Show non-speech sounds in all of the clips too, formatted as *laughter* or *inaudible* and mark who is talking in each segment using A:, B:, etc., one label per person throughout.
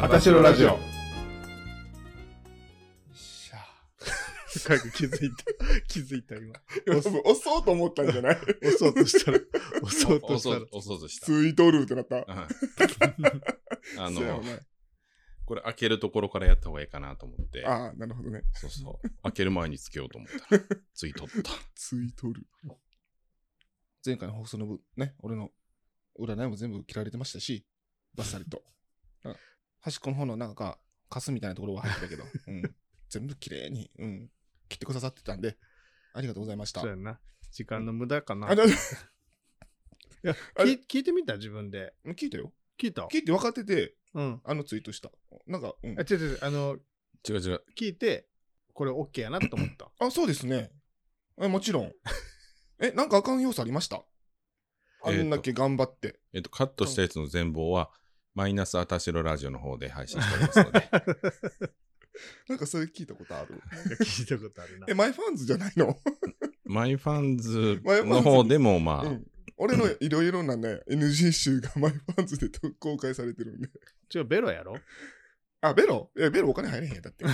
A: あたしろラジオ。よ
B: っしゃ。深く気づいた。
C: *laughs*
B: 気づいた、今。
A: 多分押そうと思ったんじゃない
B: 押そうとしたら、押そうと
D: 押
B: し
D: そ
B: たら
D: う。押そうとした。
A: ついとるってなった。
D: うんあ
A: そうや
D: の、
A: お前
D: これ開けるところからやった方がいいかなと思って、
A: ああ、なるほどね。
D: そうそう。開ける前につけようと思ったら、ついとった。
A: ついとる。
B: 前回の放送の分、ね、俺の占いも全部切られてましたし、バッサリ
A: *laughs*
B: と。うん端っこの方のなんか、カスみたいなところは入ってたけ
A: *laughs*
B: ど、うん全部綺麗に、うん、切ってくださってたんで、ありがとうございました
C: そう。やな。時間の無駄かな。
A: あ、だ
C: いや
A: あれ
C: 聞聞いてみた自分で。
B: 聞いたよ。
C: 聞いた
B: 聞いて分かってて、
C: うん。
B: あのツイートした。なんか、うん
C: あ、違う違う、あの、
D: 違う違う。
C: 聞いて、これ OK やなと思
A: *laughs*
C: った。
B: あ、そうですね。え、もちろん。え、なんかあかん要素ありましたあんだけ頑張って。
D: えっと、カットしたやつの全貌は、マイナスあたしろラジオの方で配信しておりますので、
B: なんかそれ聞いたことある。
C: 聞いたことあるな
B: え、。マイファンズじゃないの
D: マイファンズの方でも、まあ、
B: うん
A: *laughs* 俺のいろいろなね、NG 集が *laughs* マイファンズで公開されてるんで。
C: 違う、ベロやろ
A: あ、ベロえ、ベロお金入れへんやんだ
D: *laughs*
A: って。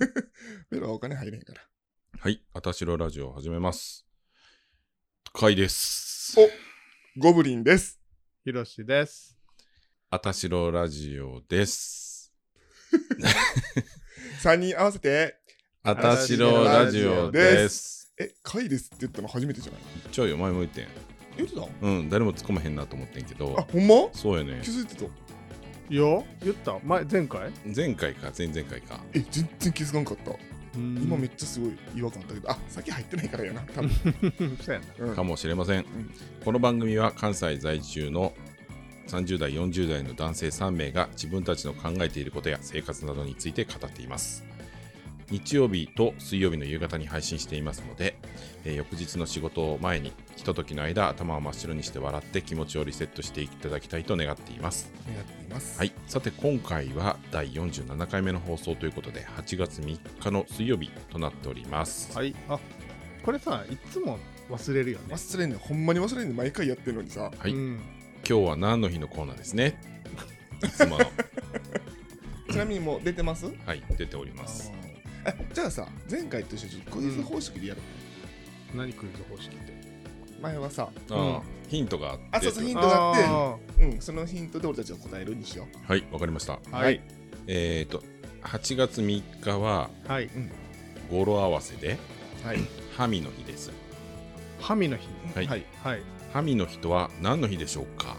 A: *laughs* ベロはお金入れへんから。
D: はい、あたしろラジオを始めます。回です。
A: おゴブリンです。
C: ひろしです。
D: あたしろラジオです。
A: 3人合わせて、
D: あたしろラジオです。
A: え、回ですって言ったの初めてじゃない
D: ちょいよ、前向いてん。
A: 言ってた
D: うん、誰も突っ込まへんなと思ってんけ
A: あ
D: ど、、
A: ほんま
D: そうやね
A: 気。づいてた。
C: よ言った前、前回
D: 前回か、前々回か。
A: え、全然気づかんかった。今
C: 今
A: めっちゃすごい違和感あったけど、あ、先入ってないからやな、多分。
C: そうやな。
A: うん
D: かもしれません
A: ん。
D: この番組は関西在住の30代、40代の男性3名が自分たちの考えていることや生活などについて語っています。日曜日と水曜日の夕方に配信していますので、えー翌日の仕事を前に、ひとときの間、頭を真っ白にして笑って気持ちをリセットしていただきたいと願っています。
A: やっています。
D: はい、さて今回は第47回目の放送ということで8月3日の水曜日となっております、
C: はい。あ、これさ、いつも忘れるよね。
A: 忘れんねんほんまに忘れんねん毎回やってるのにさ。
D: はい
C: うん。
D: 今日は何の日のコーナーですねいつもの
A: ちなみにもう出てます
D: はい出ており
A: *laughs*
D: ます
A: あじゃあさ、前回と一緒にクイズ方式でやる。
C: 何クイズ方式って。
A: 前はさ、
D: あー、ヒントがあって
A: あそうそうヒントがあって
C: あ
A: うん、そのヒントで俺たちが答えるにしよ
D: はいわかりました
C: あ。はい。
D: えっ、ー、と8月3日は
C: はい。
D: 語呂合わせで
A: う。はい。
D: *clears throat* ハミの日です
C: ハミの日。
D: はい、
A: はい
C: はい。
D: ハミの日とは何の日でしょうか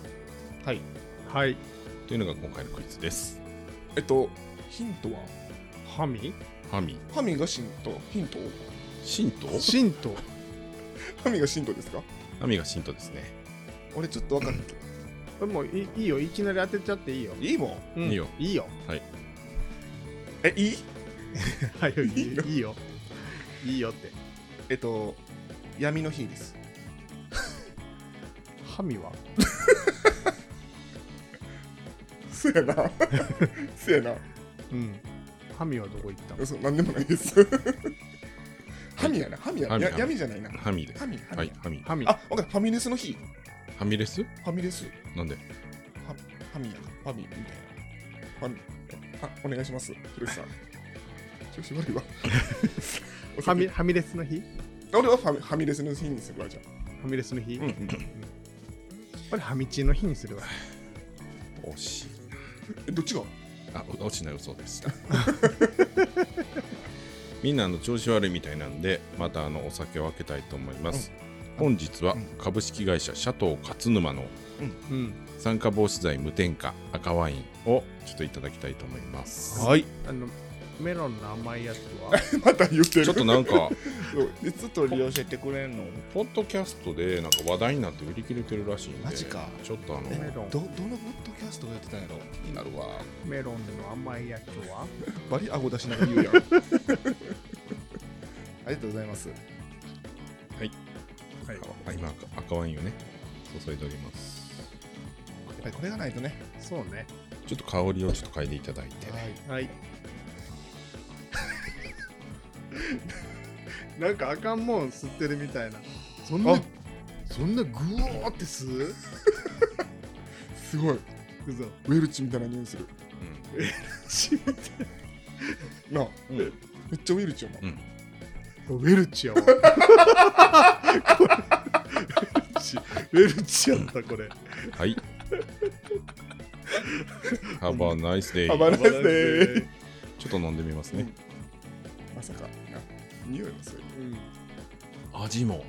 C: はい。
D: というのが今回のクイズです
A: えっと、ヒントは、
C: ハミ
D: ハミ
A: ハミが神道、ヒント
D: 神道
C: 神道。
A: ハミが神道ですか
D: ハミが神道ですね、
A: 俺ちょっとわかんないけど。
C: これもういいいよ。いきなり当てちゃっていいよ。
A: いいもん。
C: うん
D: いいよ。
C: いいよ。
A: え、いい
C: *laughs* はい。いいよいいよ。いいよって。
A: えっと、闇の日です。
C: ハミは
A: そや *laughs* な。そやな。
C: うん。ハミはどこ行ったの
A: そう、なんでもない *laughs* です。ハミやな、ハミや
D: ハミ
A: な。や
D: ハミ
A: 闇じゃないな。
D: ハミです
A: ハミ、ハミ。
D: はいハミ
C: ハミ
A: あ、わかった。ファミレスの日。
D: ハミレス
A: ファミレス。
D: なんで
A: はファミやか。ファミみたいな。ファミ。あ、お願いします。ひろしさん。 *laughs* 調子 *laughs* 悪いわ。
C: ハミ。ハミレスの日
A: 俺はファミファミレスの日にするわ、じゃあ。
C: ハミレスの日、
A: うんうん。
C: これハミチーの日にするわ。
D: 惜しい
A: え、どっちが
D: あ、落ちない嘘でした。 *laughs* みんなあの調子悪いみたいなんで、またあのお酒を開けたいと思います。本日は
A: うん
D: 株式会社シャトー勝沼の
C: うん。
D: 酸化防止剤無添加赤ワインをちょっといただきたいと思います。
A: はい。
C: あの、メロンの甘いやつ *laughs* は
A: *laughs* また言ってる。 *laughs*
D: ちょっとなんか、
A: そうずっと利用してってくれんの
D: ポッドキャストでなんか話題になって売り切れてるらしいんで、
A: マジか
D: ちょっとあの、
C: メロン
A: ど、どのポッドキャストがやってたんやろ気になるわ。
C: メロンの甘いやつは
A: バリ顎出しながら言 *laughs* うやん。ありがとうございます。
C: はい。
D: あ今赤赤ワインをね、注いでおります。
A: やっぱりこれがないとね。
C: そうね。
D: ちょっと香りをちょっと嗅いでいただいて、
A: はい。
C: はい。 *laughs* なんかあかんもん吸ってるみたいな。そんな
A: あ、
C: そんなグオー
A: *laughs*
C: って吸う
A: すごい。
C: 嘘。
A: ウェルチみたいな匂いする。
D: うん
A: なあ、
E: うん
A: めっちゃウィルチよな、
D: うん
C: ウェルチやわこれウェルチウェルチやったこれ
D: はい。Have a nice day.
A: ハバナイスでー
D: ちょっと飲んでみますね。
A: まさかな匂いもする
C: うん
D: 味も。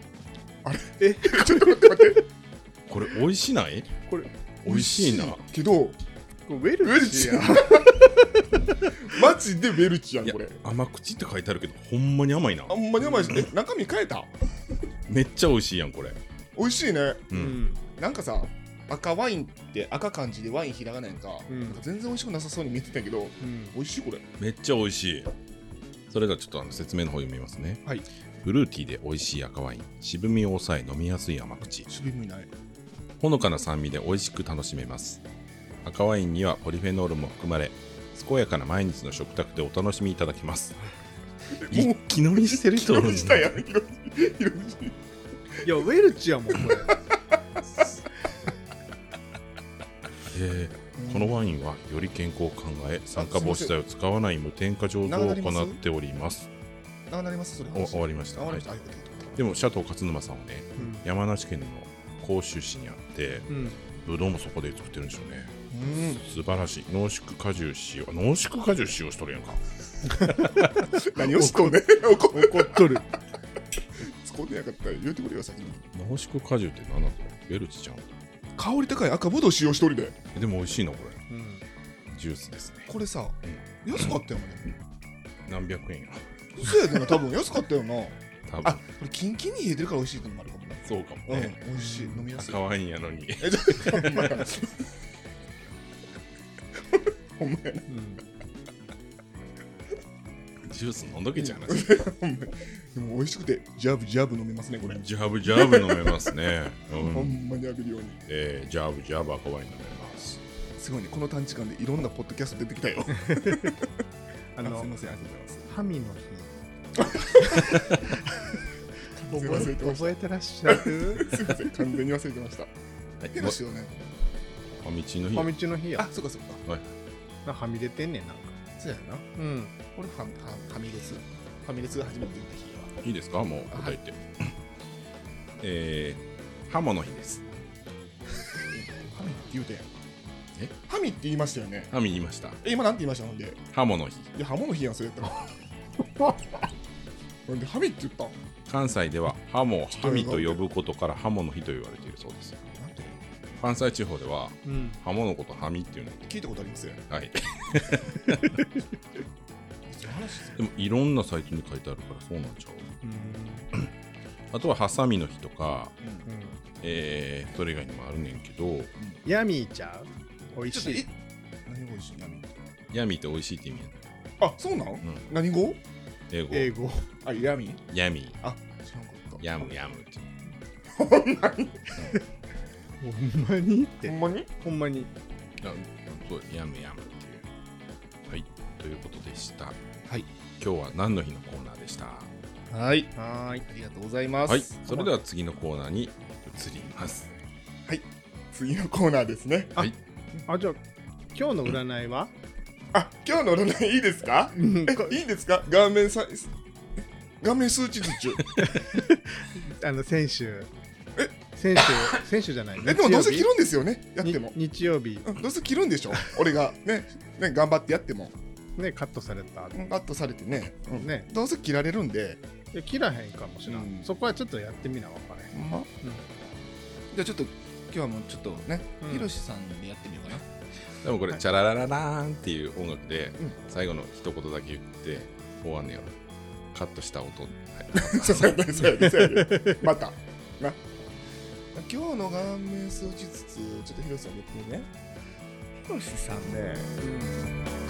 A: ちょっと待って待って
D: これ美味しない
C: これ
D: 美味しいな。
A: けど
C: これウ
A: ウ
C: ェ
A: ェ
C: ル
A: ル
C: チ
A: チ
C: や
A: やマジでウェルチや
D: い
A: ん
D: や
A: これ、
D: 甘口って書いてあるけど、ほんまに甘いな
A: あ。んまに甘いしえ中身変えた
D: めっちゃ美味しいやん、これ。
A: 美味しいね
D: う。
C: うんん
A: なんかさ赤ワインって赤感じでワインひらがないんか,、
C: うん
A: なんか全然美味しくなさそうに見えてたけど
C: うん
A: 美味しいこれ
D: めっちゃ美味しい。それではちょっとあの説明の方読みますね。
A: はい。
D: フルーティーで美味しい赤ワイン。渋みを抑え飲みやすい甘口。
A: 渋みない
D: ほのかな酸味で美味しく楽しめます赤ワインにはポリフェノールも含まれ健やかな毎日の食卓でお楽しみいただけ
A: *laughs*
D: ます
A: もう
D: 一気飲みしてる
A: ひ
D: 人お
A: ろ
D: るん
A: じた
D: だ
A: やんひろじひろじ
C: いやウェルチやもんこれ
D: えーこのワインはより健康を考え酸化防止剤を使わない無添加醸造を行っております
A: あなりますそれ
D: お終わりました
A: 終わりました、
D: は
A: はいい、あよかったよかっ
D: でもシャトー勝沼さんはね
C: うん
D: 山梨県の甲州市にあって
C: うん
D: ブドウもそこで作ってるんでしょうね
A: たうん
D: 素晴らしい濃縮果汁使用濃縮果汁使用しとるやんか
A: 何をしとんねん怒っ
C: 怒っとる
A: 突っ込んでなかったら言うてくれよ先に
D: 濃縮果汁って何なんだろうベルチちゃん
A: 香り高い赤ぶどう使用しておりで
D: えでも美味しいなこれ
C: うん
D: ジュースですね
A: これさ安かったよね
D: 何百円や
A: 嘘やでな多分安かったよな
D: 多分
A: あこれキンキンに冷えてるから美味しいってのもあるかもな
D: そうかも
A: うん、
D: ね、
A: 美味しい飲みやすい
D: 赤ワインやのに
A: えちょっとほんまやほんまやな
C: うん
D: ジュース飲んどけちゃうな
A: ほんまやでも美味しくてジャブジャブ飲めますねこれ、
D: ジャブジャブ飲めますね、う
A: *laughs* ほ
D: ん
A: んまに浴びるように
D: えージャブジャブ赤ワイン飲めます
A: すごいねこの短時間でいろんなポッドキャスト出てきたよ
C: あ
A: あ
C: の
A: *laughs* すいませんありがとうございます
C: 神の日
A: すいません
C: 覚え覚えてらっしゃ *laughs* る
A: すいません完全に忘れてました
D: はい
A: ヘルシーよね
D: ファミチの日
C: ファミチの日や
A: あそうかそうか
C: なはみ出てんねんなんか
A: そうやな
C: うん
A: 俺ファミファミレスファミレスが初めて行った日
D: いいですかもう答えて、 *laughs* えーハモの日です
A: はハミって言うてん
D: え
A: ハミって言いましたよね
D: ハミ言いました
A: え今なんて言いましたほんで
D: ハモの日
A: いやハモの日やんそれやった *laughs* らなんでハミって言ったん
D: 関西ではハモをハミと呼ぶことからハモの日と言われているそうです
A: なんて
D: 関西地方では
C: うん
D: ハモのことハミっていうの
A: 聞いたことありますよ
D: はい
A: 別の話する
D: でもいろんなサイトに書いてあるからそうなんちゃう
C: うん
D: あとはハサミの日とか、
A: うん
C: うん
D: えーそれ以外にもあるねんけど
C: ヤミーちゃう美味
A: ちょっ
C: し
A: とえ
C: い
A: 何語一緒に闇って
D: ヤミーって美味しいって意味やね
A: あそうなん、
D: ん
A: 何語
D: 英語
C: 英語
A: あ闇
D: ヤミ
A: あ知らんかった
D: ーヤムヤムって
C: ほんまにっ
A: ほ
C: て
A: んまに
C: ほんまに
D: あうんそうヤムヤムっていうはいということでした
A: はい
D: 今日は何の日のコーナーでした
A: はい
C: はーい
A: ありがとうございます
D: はいそれで
A: は
D: は次のコーナーに移ります
A: 次のコーナーですね
C: あじゃあ今日の占いは、
A: あ今日の占いいいですか
C: うんこ
A: えいいですか顔面さ顔面数値図 *laughs* 中
C: *laughs* あの先週
A: え
C: 先週先週じゃない
A: えでもどうせ
C: 日
A: 切
C: 曜
A: るんですよねやっ
C: 日
A: ても
C: に日曜日
A: うんどうせ切るんでしょ俺がねね頑張ってやっても
C: ねカットされた
A: うんカットされてね、うん
C: ね
A: どうせ切られるんで
C: いや切らへんかもしれん、
A: うん
C: そこはちょっとやってみな分からへん、 *laughs*
A: ほんまじゃあちょっと今日はもうちょっとね
C: うん
A: ひろしさんでやってみようかな
D: でもこれ、
C: はい
D: チャララララーンっていう音楽で、
A: うん
D: 最後の一言だけ言って終わんねやろカットした音、はい
A: そうやね、そうやね、そうやね。また。な。今日の顔面数日つつ、ちょっとヒロシさんやってみね。ヒロシさんね。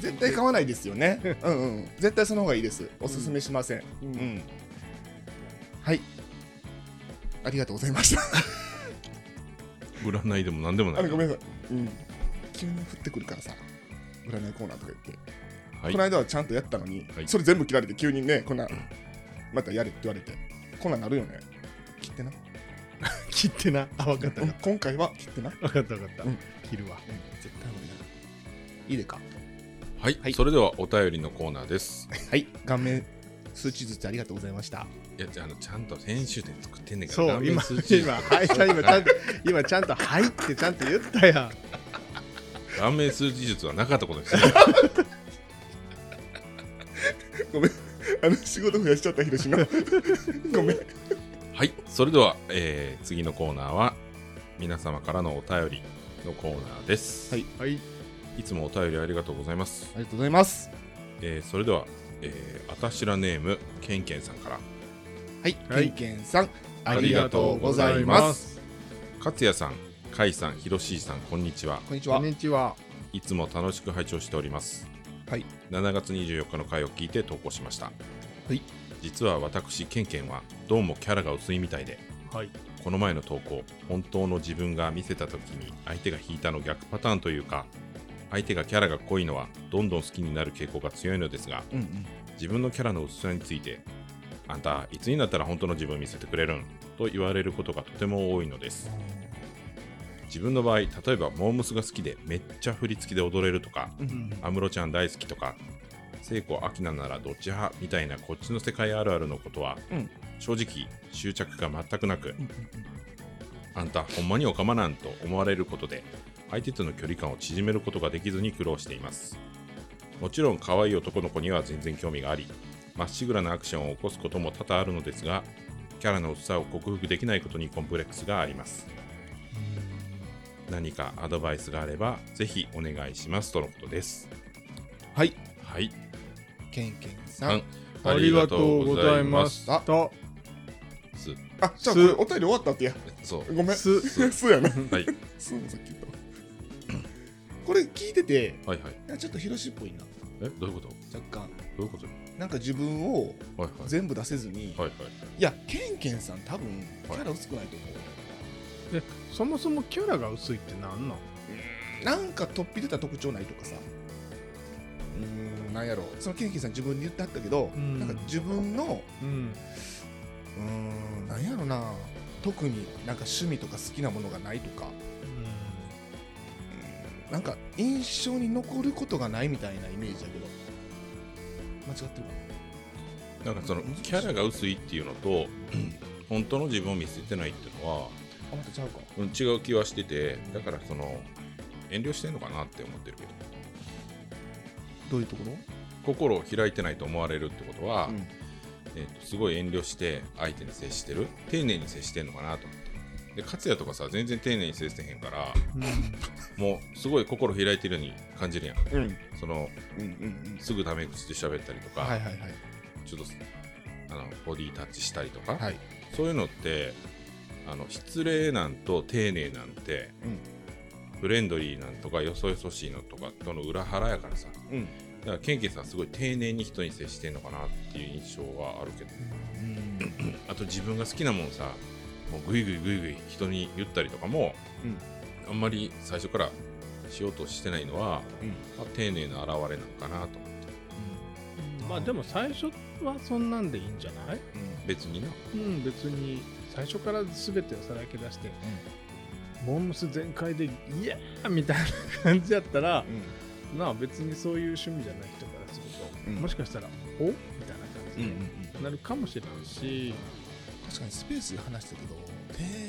A: 絶対買わないですよね。うんうん。絶対その方がいいです。おすすめしません。
C: う
A: うんん。はい。ありがとうございました。
D: 占いでも何でもな
A: あ
D: い
A: のごめんなさい。うん。急に降ってくるからさ。占いコーナーとか言って。
D: はい
A: この間はちゃんとやったのに、
D: はい
A: それ全部切られて急にねこんなまたやれって言われて
F: こんなんなるよね。切ってな。
C: 切ってな。あ、分かった
F: う
C: 分
F: ん
C: かっ
F: 今回は切ってな。
C: た。分かった分かった。
F: うん
C: 切るわ。
F: 絶対無理だ。いいでか。
D: はい、
A: はい
D: それではお便りのコーナーです。
A: はい、 *laughs* 顔面数値ずつありがとうございました。
D: いや、じゃああの、ちゃんと編集点作ってんねんから、
C: そう、
D: 顔面
C: 今、
D: 数値
C: 今、はい、今、ちゃんと、今、ちゃんと、はいってちゃんと言ったやん。
D: 顔面数字術はなかったことですね。
F: あの仕事増やしちゃった、広
A: *laughs*
F: 島。ごめん。
D: はい、それでは、えー次のコーナーは、皆様からのお便りのコーナーです。
A: はい、
C: はい。
D: いつもお便りありがとうございます。
A: ありがとうございます。
D: えーそれでは、えー、あたしらネーム、けんけんさんから、
A: はい、
C: はい
A: ケンケンさん、あ
D: り
A: り
D: が
A: が
D: と
A: と
D: う
A: う
D: ご
A: ご
D: ざ
A: ざ
D: い
A: い
D: ま
A: ます。
D: かつやさん、かいさん、ひろしーさん、こんにちは。
A: こんにち
C: こ
A: は
C: ん。にちは。
D: いつも楽しく拝聴しております。
A: はい。
D: 7月24日の回を聞いて投稿しました。
A: はい。
D: 実は私、けんけんは、どうもキャラが薄いみたいで、
C: はい。
D: この前の投稿、本当の自分が見せた時に相手が引いたの逆パターンというか、相手がキャラが濃いのはどんどん好きになる傾向が強いのですが、
A: うんうん。
D: 自分のキャラの薄さについて、あんた、いつになったら本当の自分見せてくれるんと言われることがとても多いのです。自分の場合、例えばモームスが好きでめっちゃ振り付きで踊れるとか、
C: うん。
D: 安室ちゃん大好きとか聖子明菜ならどっち派みたいなこっちの世界あるあるのことは、
A: うん
D: 正直執着が全くなく、
A: んうん
D: あんたほんまにおかまなんと思われることで相手との距離感を縮めることができずに苦労していますもちろん可愛い男の子には全然興味がありまっしぐらなアクションを起こすことも多々あるのですがキャラの薄さを克服できないことにコンプレックスがあります何かアドバイスがあればぜひお願いしますとのことです
A: はい、
D: はい
A: ケンケンさん。
C: ありがとうございまし
D: あ
C: た。と、
D: す
F: あ、じゃあこれお便り終わったってや。
D: そう。
F: ごめん。
A: *laughs*
C: す
F: そうやな。
D: はい。
F: そうもさっき言ったわ。これ聞いてて、
D: はいはい。
A: いやちょっと広しっぽいな、
D: え、どういうことど
A: 若干。
D: ういうこと
A: なんか自分
D: は
A: を
D: いはい。
A: 全部出せずに、
D: はいはい。
A: いや、ケンケンさん、多分キャラ薄くないと思う。
C: そもそもキャラが薄いってなんなん
A: なんか突飛出た特徴ないとかさ、
F: うーん、なんやろう。
A: そのケンケンさん、自分で言ってあったけど、
C: うん
A: なんか自分の、
C: うん。
A: うーん、なんやろな、特になんか趣味とか好きなものがないとか、なんか印象に残ることがないみたいなイメージだけど、間違ってるか
D: なんかその、キャラが薄いっていうのと、 *clears throat* 本当の自分を見せてないっていうのは、
A: あ、またちゃうか。
D: うん違う気はしてて、だからその、遠慮してんのかなって思ってるけど、
A: どういうところ
D: 心を開いてないと思われるってことは、
A: うん
D: えっとすごい遠慮して相手に接してる、丁寧に接してんのかなと思って。で、勝也とかさ、全然丁寧に接してへんから、
C: うん。
D: もうすごい心開いてるように感じるやん。
F: うん。
D: その、
F: うんうん
D: すぐタメ口で喋ったりとか、
A: はいはいはい。
D: ちょっとあのボディタッチしたりとか、
A: はい
D: そういうのってあの失礼なんと丁寧なんて、フレンドリーなんとかよそよそしいのとかとの裏腹やからさだ
F: うん。
D: からケンケンさんすごい丁寧に人に接してんのかなっていう印象はあるけど
A: うん
D: あと自分が好きなもんさもうグイグイグイグイ人に言ったりとかも、あんまり最初からしようとしてないのは、
F: うん
D: まあ丁寧な表れなのかなと
C: まあでも最初はそんなんでいいんじゃない
D: 別にな
C: うん、別に最初から全てをさらけ出して、モンムス全開でイエーみたいな感じやったら、まあ別にそういう趣味じゃない人からする
F: う
C: と、
F: ん
C: もしかしたら「おみたいな感
F: うん。うん。う
C: じ
F: ん。
C: になるかもしれないし、
A: 確かにスペースで話したけど、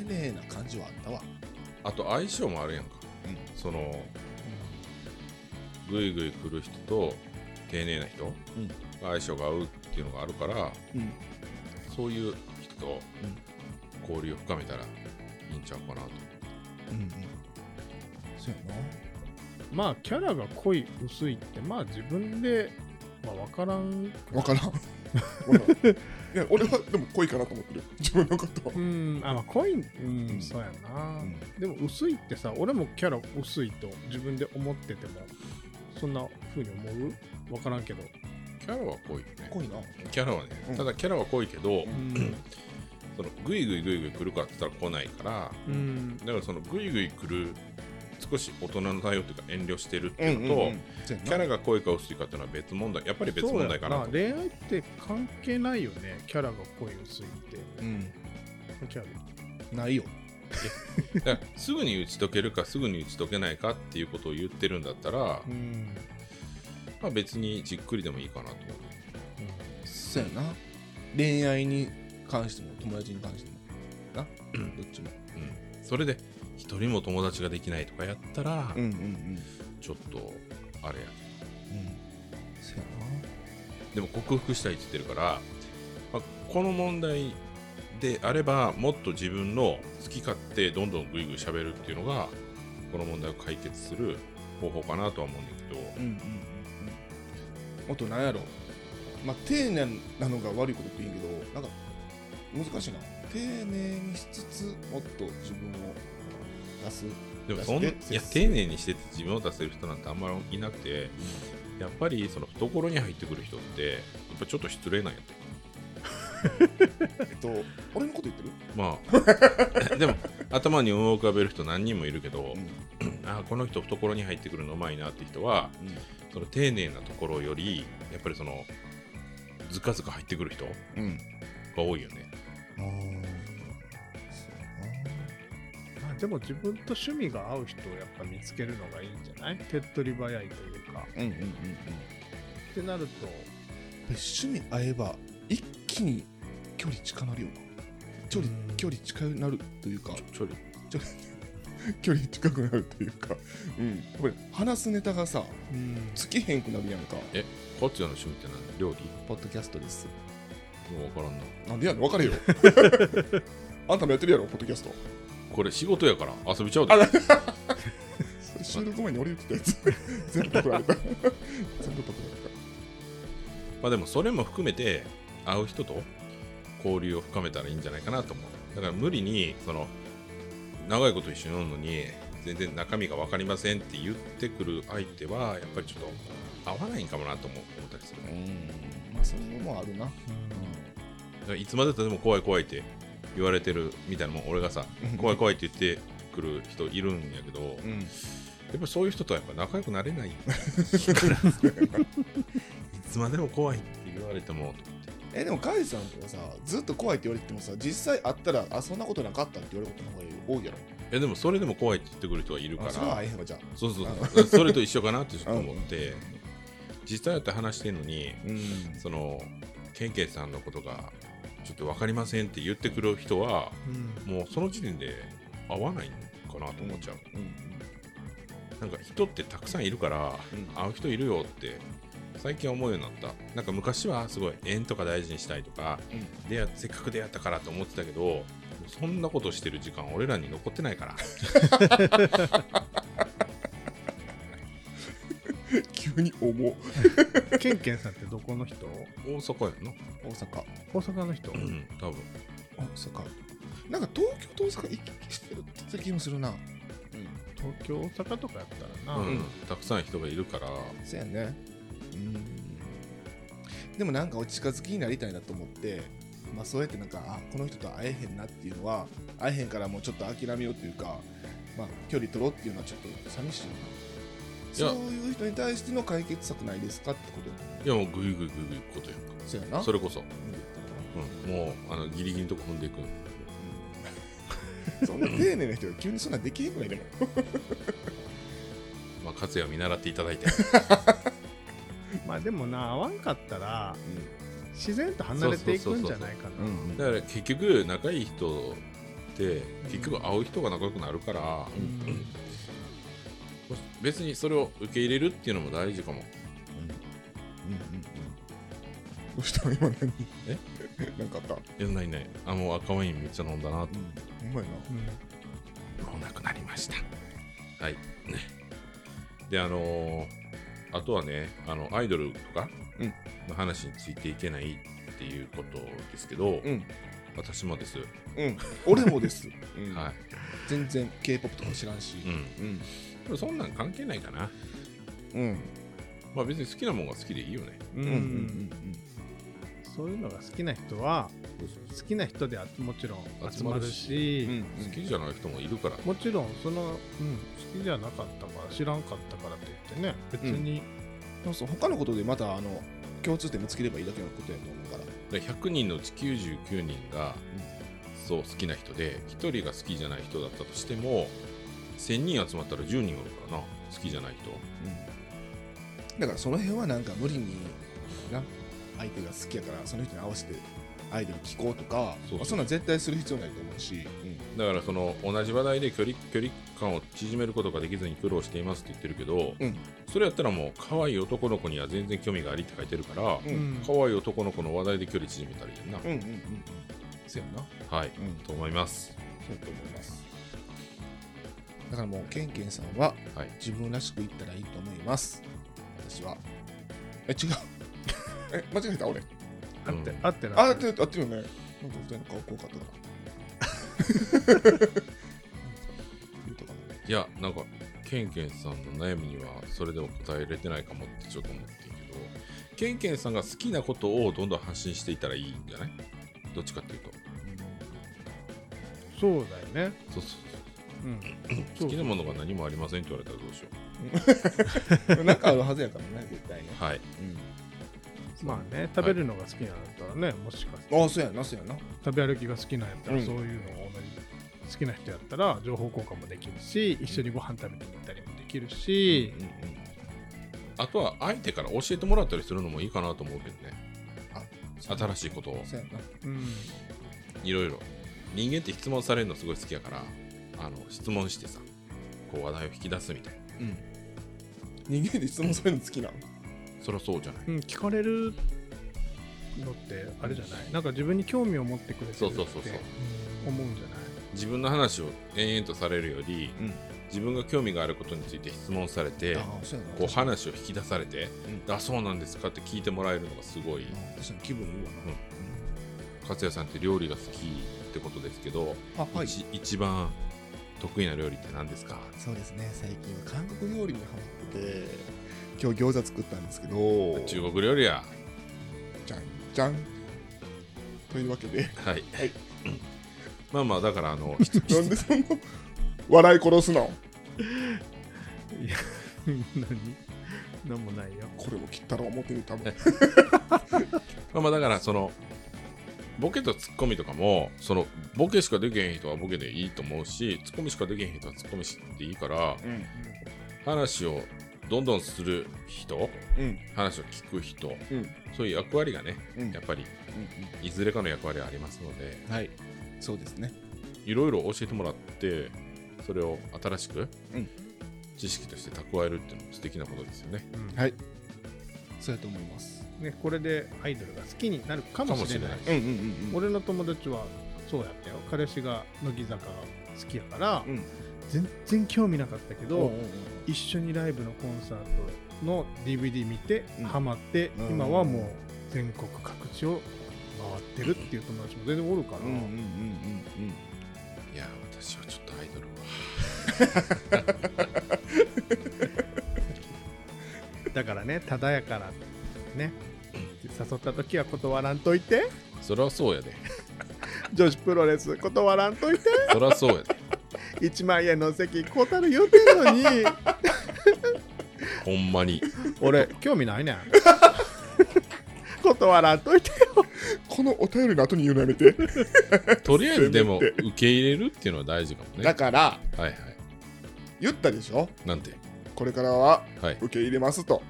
A: 丁寧な感じはあったわ。
D: あと相性もあるやんか、
F: うん
D: そのぐいぐい来る人と丁寧な人が
F: うん
D: 相性が合うっていうのがあるから、
A: うん
D: そういう人と交流を深めたらいいんちゃうかなと
A: うんうん。そうやな。
C: まあキャラが濃い薄いってまあ自分で、まあ、分からん
F: わからん。わからんいや俺はでも濃いかなと思ってる。自分のことは。
C: うんあまあ濃いうん、
F: うん
C: そうやな、
F: うん
C: でも薄いってさ俺もキャラ薄いと自分で思っててもそんな風に思う分からんけど、
D: キャラは濃いよね
A: 濃いな。
D: キャラはね、
F: うん
D: ただキャラは濃いけど、
C: うん
D: そのぐいぐいぐいぐい来るかって言ったら来ないから
C: うん
D: だからそのぐいぐい来る突っ少し大人の対応というか遠慮してるってい
A: うん
D: うの
A: う
D: と、
A: んうんそうやな
D: キャラが濃いか薄いかっていうのは別問題やっぱり別問題かな
C: そ
D: と
C: うやな恋愛って関係ないよねキャラが濃い薄いって
A: うん
C: キャラ
A: ないよ
D: だからすぐに打ち解けるかすぐに打ち解けないかっていうことを言ってるんだったら、
C: うん
D: まあ、別にじっくりでもいいかなと思う
A: そうやな恋愛に関しても友達に関してもなどっちも
D: それで一人も友達ができないとかやったら、
A: うんうんうん
D: ちょっとあれや
A: うんそうや
D: でも克服したいって言ってるから、まあ、この問題であればもっと自分の好き勝手どんどんグイグイ喋るっていうのがこの問題を解決する方法かなとは思うんだけど、
A: なうんうんうんうんあとなんやろまあ丁寧なのが悪いことって言うけどなんか難しいな丁寧にしつつもっと自分を出す
D: でもそんい
A: 出
D: や
A: して
D: 丁寧にしてて自分を出せる人なんてあんまりいなくてやっぱりその懐に入ってくる人ってやっぱちょっと失礼なんやって
A: えっ *laughs* と俺のこと言ってる
D: まあでも頭に思い浮かべる人何人もいるけど、あーこの人懐に入ってくるのうまいなって人は、
A: うん
D: その丁寧なところよりやっぱりそのずかずか入ってくる人が
A: うん
D: 多いよね
A: ああそうやな
C: まあでも自分と趣味が合う人をやっぱ見つけるのがいいんじゃない手っ取り早いというか
A: うんうんうんう
C: っ
A: ん
C: てなると
A: 趣味合えば一気に距離近なるよな距離
C: うん
A: 距離近くなるというか
D: ちょい
A: *laughs* 距離近くなるというかうんやっぱり話すネタがさ
C: うん
A: つきへんくなるやんか
D: こっちの趣味って何料
A: ポッドキャストです
D: 理もう分からんな
A: なんでやんの分かれ *laughs* よあんたもやってるやろポッドキャスト
D: これ仕事やから遊びちゃうで
A: それ収録前に俺言ってたやつ *laughs* 全部パクられた全部パクられ
D: まあでもそれも含めて会う人と交流を深めたらいいんじゃないかなと思うだから無理にその長いこと一緒に飲むのに全然中身が分かりませんって言ってくる相手はやっぱりちょっと合わないんかもなとも思ったりする
A: たうんまあそれもあるな
D: だからいつまでたっても怖い怖いって言われてるみたいなもん俺がさ怖い怖いって言ってくる人いるんやけど、や
A: うん
D: っぱりそういう人とはやっぱ仲良くなれないからいつまでも怖いって言われてもと思って
A: えでもカイさんとかさずっと怖いって言われてもさ実際あったらあそんなことなかったって言われることの方が多いやろ
D: いやでもそれでも怖いって言ってくる人がいるか
A: あ
D: ら
A: それはあえへんわじゃあ
D: そうそうそうそれと一緒かなってちょっと思って実際だって話してんのに
A: うん
D: そのケンケンさんのことがちょっと分かりませんって言ってくる人は
C: うん
D: もうその時点で合わないのかなと思っちゃう、なんか人ってたくさんいるから、
A: うん
D: 会う人いるよって最近思うようになったなんか昔はすごい縁とか大事にしたいとか、出会せっかく出会ったからと思ってたけどそんなことしてる時間俺らに残ってない *laughs* から
A: *laughs* 急に重
C: ケンケンさんってどこの人
D: 大阪やんの
A: 大阪
C: 大阪の人
D: うん多分
A: 大阪なんか東京と大阪行き来してるって気もするなうん
C: 東京大阪とかやったら
D: う
C: な、
D: んたくさん人がいるから
A: そうやねうんでもなんかお近づきになりたいなと思ってまあそうやってなんかあこの人と会えへんなっていうのは会えへんからもうちょっと諦めようというかまあ距離取ろうっていうのはちょっと寂しい
D: いや
A: なそういう人に対しての解決策ないですかってことやと思
D: いやもうグイグイグイグイ行くことやん
A: うそうや
D: か
A: な
D: それこそ、
A: うん言ったらな
D: うん、もうあのギリギリのとこ踏んでいく
A: そんな丁寧な人が急にそんなんできへんくないでも。
D: まあ勝也を見習っていただいて
C: まあでもな合わんかったら自然と離れていくんじゃないかな
D: だから結局仲いい人って結局会う人が仲良くなるから、
C: うん
D: 別にそれを受け入れるっていうのも大事かも
A: どうした今何
D: え
A: なんかあった。う
D: いやないないあもう赤ワインめっちゃ飲んだなと
A: まいな。
D: もうなくなりましたはいねであのーあとはねあのアイドルとか
A: うん
D: の話についていけないっていうことですけど、
A: うん。
D: 私もです、
A: うん。俺もです。うん
D: はい
A: 全然 K-POP とか知らんし。
D: うん
A: うん。
D: でもそんなん関係ないかな
A: うん。
D: まあ別に好きなもんが好きでいいよね
C: うんうん
A: うん。うん。
C: そそういうのが好きな人は好きな人であもちろん集まるし
A: うん
D: 好きじゃない人もいるから、
C: もちろんその、うん、好きじゃなかったから知らんかったからといってね別に、
A: そうそう他のことでまたあの共通点見つければいいだけのことやと思うから
D: で100人のうち99人が、そう好きな人で1人が好きじゃない人だったとしても1000人集まったら10人おるからな好きじゃない人
A: だからその辺はなんか無理にな相手が好きやからその人に合わせてアイドル聞こうとか
D: そうそう
A: まあそんなん絶対する必要ないと思うし、
D: だからその同じ話題で距離距離感を縮めることができずに苦労していますって言ってるけど、
A: うん
D: それやったらもう可愛い男の子には全然興味がありって書いてるから、
A: うん
D: 可愛い男の子の話題で距離縮めたらいいやんな、
A: うんうんうんうんそうやんな
D: はい、
A: うん
D: と思います
A: そうやと思いますだからもうケンケンさんは
D: はい
A: 自分らしくいったらいいと思います私はえ違う *laughs* え間違えた俺
C: あってあってな
A: あってあってるよねなんか二人の顔怖かったなうんとかもね
D: いやなんかケンケンさんの悩みにはそれでも答えれてないかもってちょっと思ってるけどケンケンさんが好きなことをどんどん発信していったらいいんじゃないどっちかっていうと
C: そうだよね、
D: そうそう
C: うん、
D: そう好きなものが何もありませんって言われたらどうしよ
A: なんかあるはずやからね、絶対ね。
D: うはい
C: まあね食べるのが好きなんだったらね、もしかして
A: ああ、そうやな、そうやな。
C: 食べ歩きが好きなんやったら、
A: うん
C: そういうのを同じ好きな人やったら情報交換もできるし一緒にご飯食べてみたりもできるし、
D: あとは相手から教えてもらったりするのもいいかなと思うけどね
A: あ
D: 新しいことを
A: そうやな。
C: うん
D: いろいろ人間って質問されるのすごい好きやからあの質問してさこう話題を引き出すみたいな
A: うん。人間で質問されるの好きなの
D: そりゃそうじゃない
C: うん聞かれるのってあれじゃないなんか自分に興味を持ってくれてるって
D: そう
C: 思
D: そううそうそうん
C: じゃない
D: 自分の話を延々とされるより、
A: うん
D: 自分が興味があることについて質問されて
A: ああ、そうやな。
D: こう話を引き出されて、
A: うん
D: あそうなんですかって聞いてもらえるのがすごい
A: あ確かに気分いいわ
D: 勝也さんって料理が好きってことですけど、
A: な。あ、はい。
D: 一一番得意な料理って何ですか
A: そうですね、最近は韓国料理にハマってて、今日餃子作ったんですけど、
D: 中国料理や
A: じゃん、じゃん。というわけで、
D: はい、
A: い
D: まあまあだからあ
A: *laughs*
D: の質
A: なんでその、笑い殺すの
C: いや何何もないよ
A: これを切ったら思ってる、多分。
D: まあまあだからそのボケとツッコミとかもそのボケしかできへん人はボケでいいと思うしツッコミしかできへん人はツッコミしていいから
A: うん。
D: 話をどんどんする人
A: うん。
D: 話を聞く人、
A: ん
D: そういう役割がね、
A: うん
D: やっぱりいずれかの役割はありますので
A: はい。そうですね。
D: いろいろ教えてもらってそれを新しく、
A: うん
D: 知識として蓄えるっていうのも素敵なことですよね。
C: うん
A: はい。そうやと思います。
C: ね、これでアイドルが好きになるかもしれない
D: かもし
A: うんうんうん
C: 俺の友達はそうやったよ彼氏が乃木坂が好きやから、
A: うん
C: 全然興味なかったけど、
A: うんうんうん
C: 一緒にライブのコンサートの DVD 見て、
A: うん
C: ハマって、
A: うん
C: 今はもう全国各地を回ってるっていう友達も全然おるから、
A: うんうんうんうんうん
D: いや私はちょっとアイドルは
C: だからねただやからね誘った時は断らんといて
D: そりゃそうやで
C: 女子プロレス断らんといて
D: そりゃそうやで
C: 1万円の席こうたる言うてんのに
D: ほんまに
C: *laughs* 俺興味ないねん *laughs* 断らんといて
A: このお便りの後に言うのやめて
D: とりあえずでも
A: せめ
D: 受け入れるっていうのは大事かもね
A: *laughs* だから
D: はいはい
A: 言ったでしょ
D: なんて
A: これからは
D: はい
A: 受け入れますと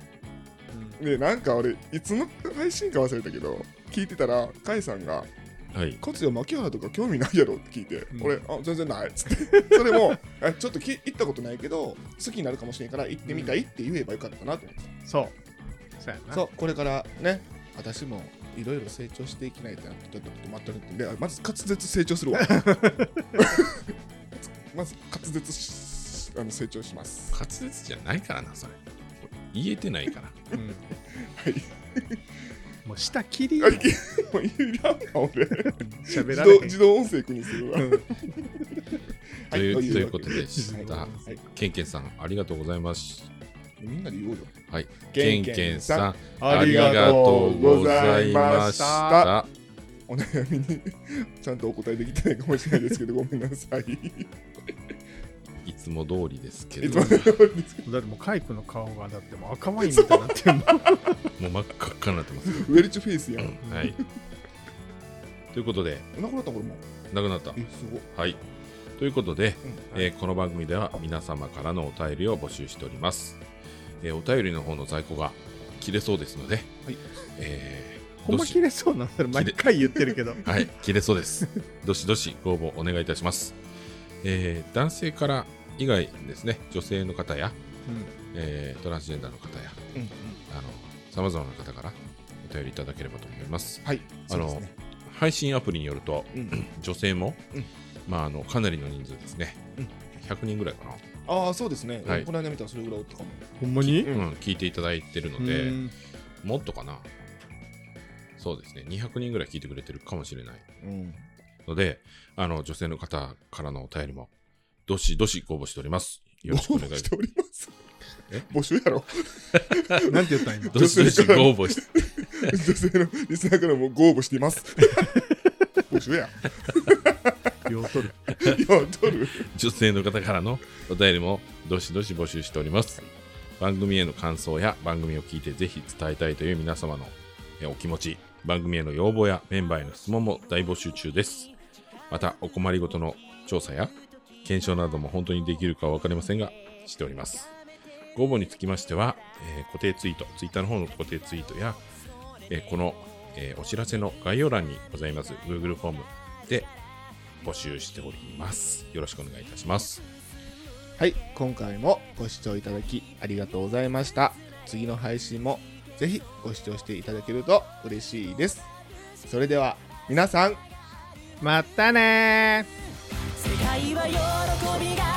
A: でなんか俺いつの配信か忘れたけど聞いてたら甲斐さんが
D: はい
A: 「勝也牧原とか興味ないやろ」って聞いて、
C: うん
A: 俺あ全然ないっつってそれもあちょっとき行ったことないけど好きになるかもしれんから行ってみたいって言えばよかったなと思って、
C: そうそうやな
A: そうこれからね私もいろいろ成長していきないとなってちょっと待ってるんであまず滑舌成長するわまず滑舌しあの成長し
D: *laughs*
A: ます
D: 滑舌じゃないからなそれ言えてないから
C: うん
A: はい
C: もう下切りよ *laughs*
A: あいけもういらんわ俺
C: 喋
A: 自
C: られへ
A: 動
C: ん
A: 自動音声くにするわ、
C: うん
D: というということで
A: は
D: し
A: い
D: た
A: はい
D: ケンケンさんありがとうございまし
A: みんなで言おうよ。
D: はい。
F: ケ
D: ケ
F: ン
D: ン
F: ケ
D: ケ
F: ン
D: ン
F: さ
D: さ
F: ん
D: ん、
F: あ
D: あ
F: り
D: り
F: が
D: が
F: と
D: と
F: う
D: う
F: ご
D: ご
F: ざ
D: ざ
F: い
D: い
F: ま
D: ま
F: し
D: したた。
F: お悩みに *laughs* ちゃんとお答えできてないかもしれないですけど、ごめんなさい。
D: いつも通りですけ
F: いつ
D: ど
F: も、通りです
C: だってもうカイ君の顔がだってもう赤ワインみたいになってるもん
D: もう真っ赤っかになってますよ。
F: ウェルチフェイスやん。
D: はい。ということで、
A: なくなったこれも。
D: なくなった
A: え、。すごい。
D: はい。ということで、
A: うん
D: えーこの番組では皆様からのお便りを募集しております。えーお便りの方の在庫が切れそうですので、
A: はい
D: えー
C: ほんま
D: どし
C: 切れそうなんだよ毎回言ってるけど
D: はい、切れそうです。 *laughs* どしどしご応募お願いいたします。えー男性から以外ですね、女性の方や、えートランスジェンダーの方や、
A: うんうん。
D: あの、さまざまな方からお便りいただければと思います。
A: はい。
D: あ
A: そうで
D: の
A: すね。
D: 配信アプリによると、
A: うん
D: 女性も、
A: うん
D: まあ、あの、かなりの人数ですね、
A: うん
D: 100人ぐらいかな、
A: ああ、そうですね。
D: はい
A: この間見たらそれぐらいおったかも。
C: ほんまに
D: うん聞いていただいてるので、もっとかな、そうですね、200人ぐらい聞いてくれてるかもしれない。
A: うん。
D: ので、あの、女性の方からのお便りも、どしどしご応募しております。よろしくお願い
F: し
D: して
F: おります
D: え。
F: 募集やろ。 *laughs*
C: なんて言ったん今
D: どしどしご応募して、
F: 女性のリスナーからもご応募しています。募集や。
C: 両取る
F: いや、取る。
D: 女性の方からのお便りも、どしどし募集しております。番組への感想や番組を聞いてぜひ伝えたいという皆様のえお気持ち、番組への要望やメンバーへの質問も大募集中です。また、お困りごとの調査や検証なども本当にできるかは分かりませんが、しております。ご応募につきましては、えー固定ツイート、ツイッターの方の固定ツイートや、えーこの、えーお知らせの概要欄にございます Google フォームで募集しております。よろしくお願いいたします。
A: はい、今回もご視聴いただきありがとうございました。次の配信もぜひご視聴していただけると嬉しいです。それでは皆さん、
C: またねー
G: 世界は喜びが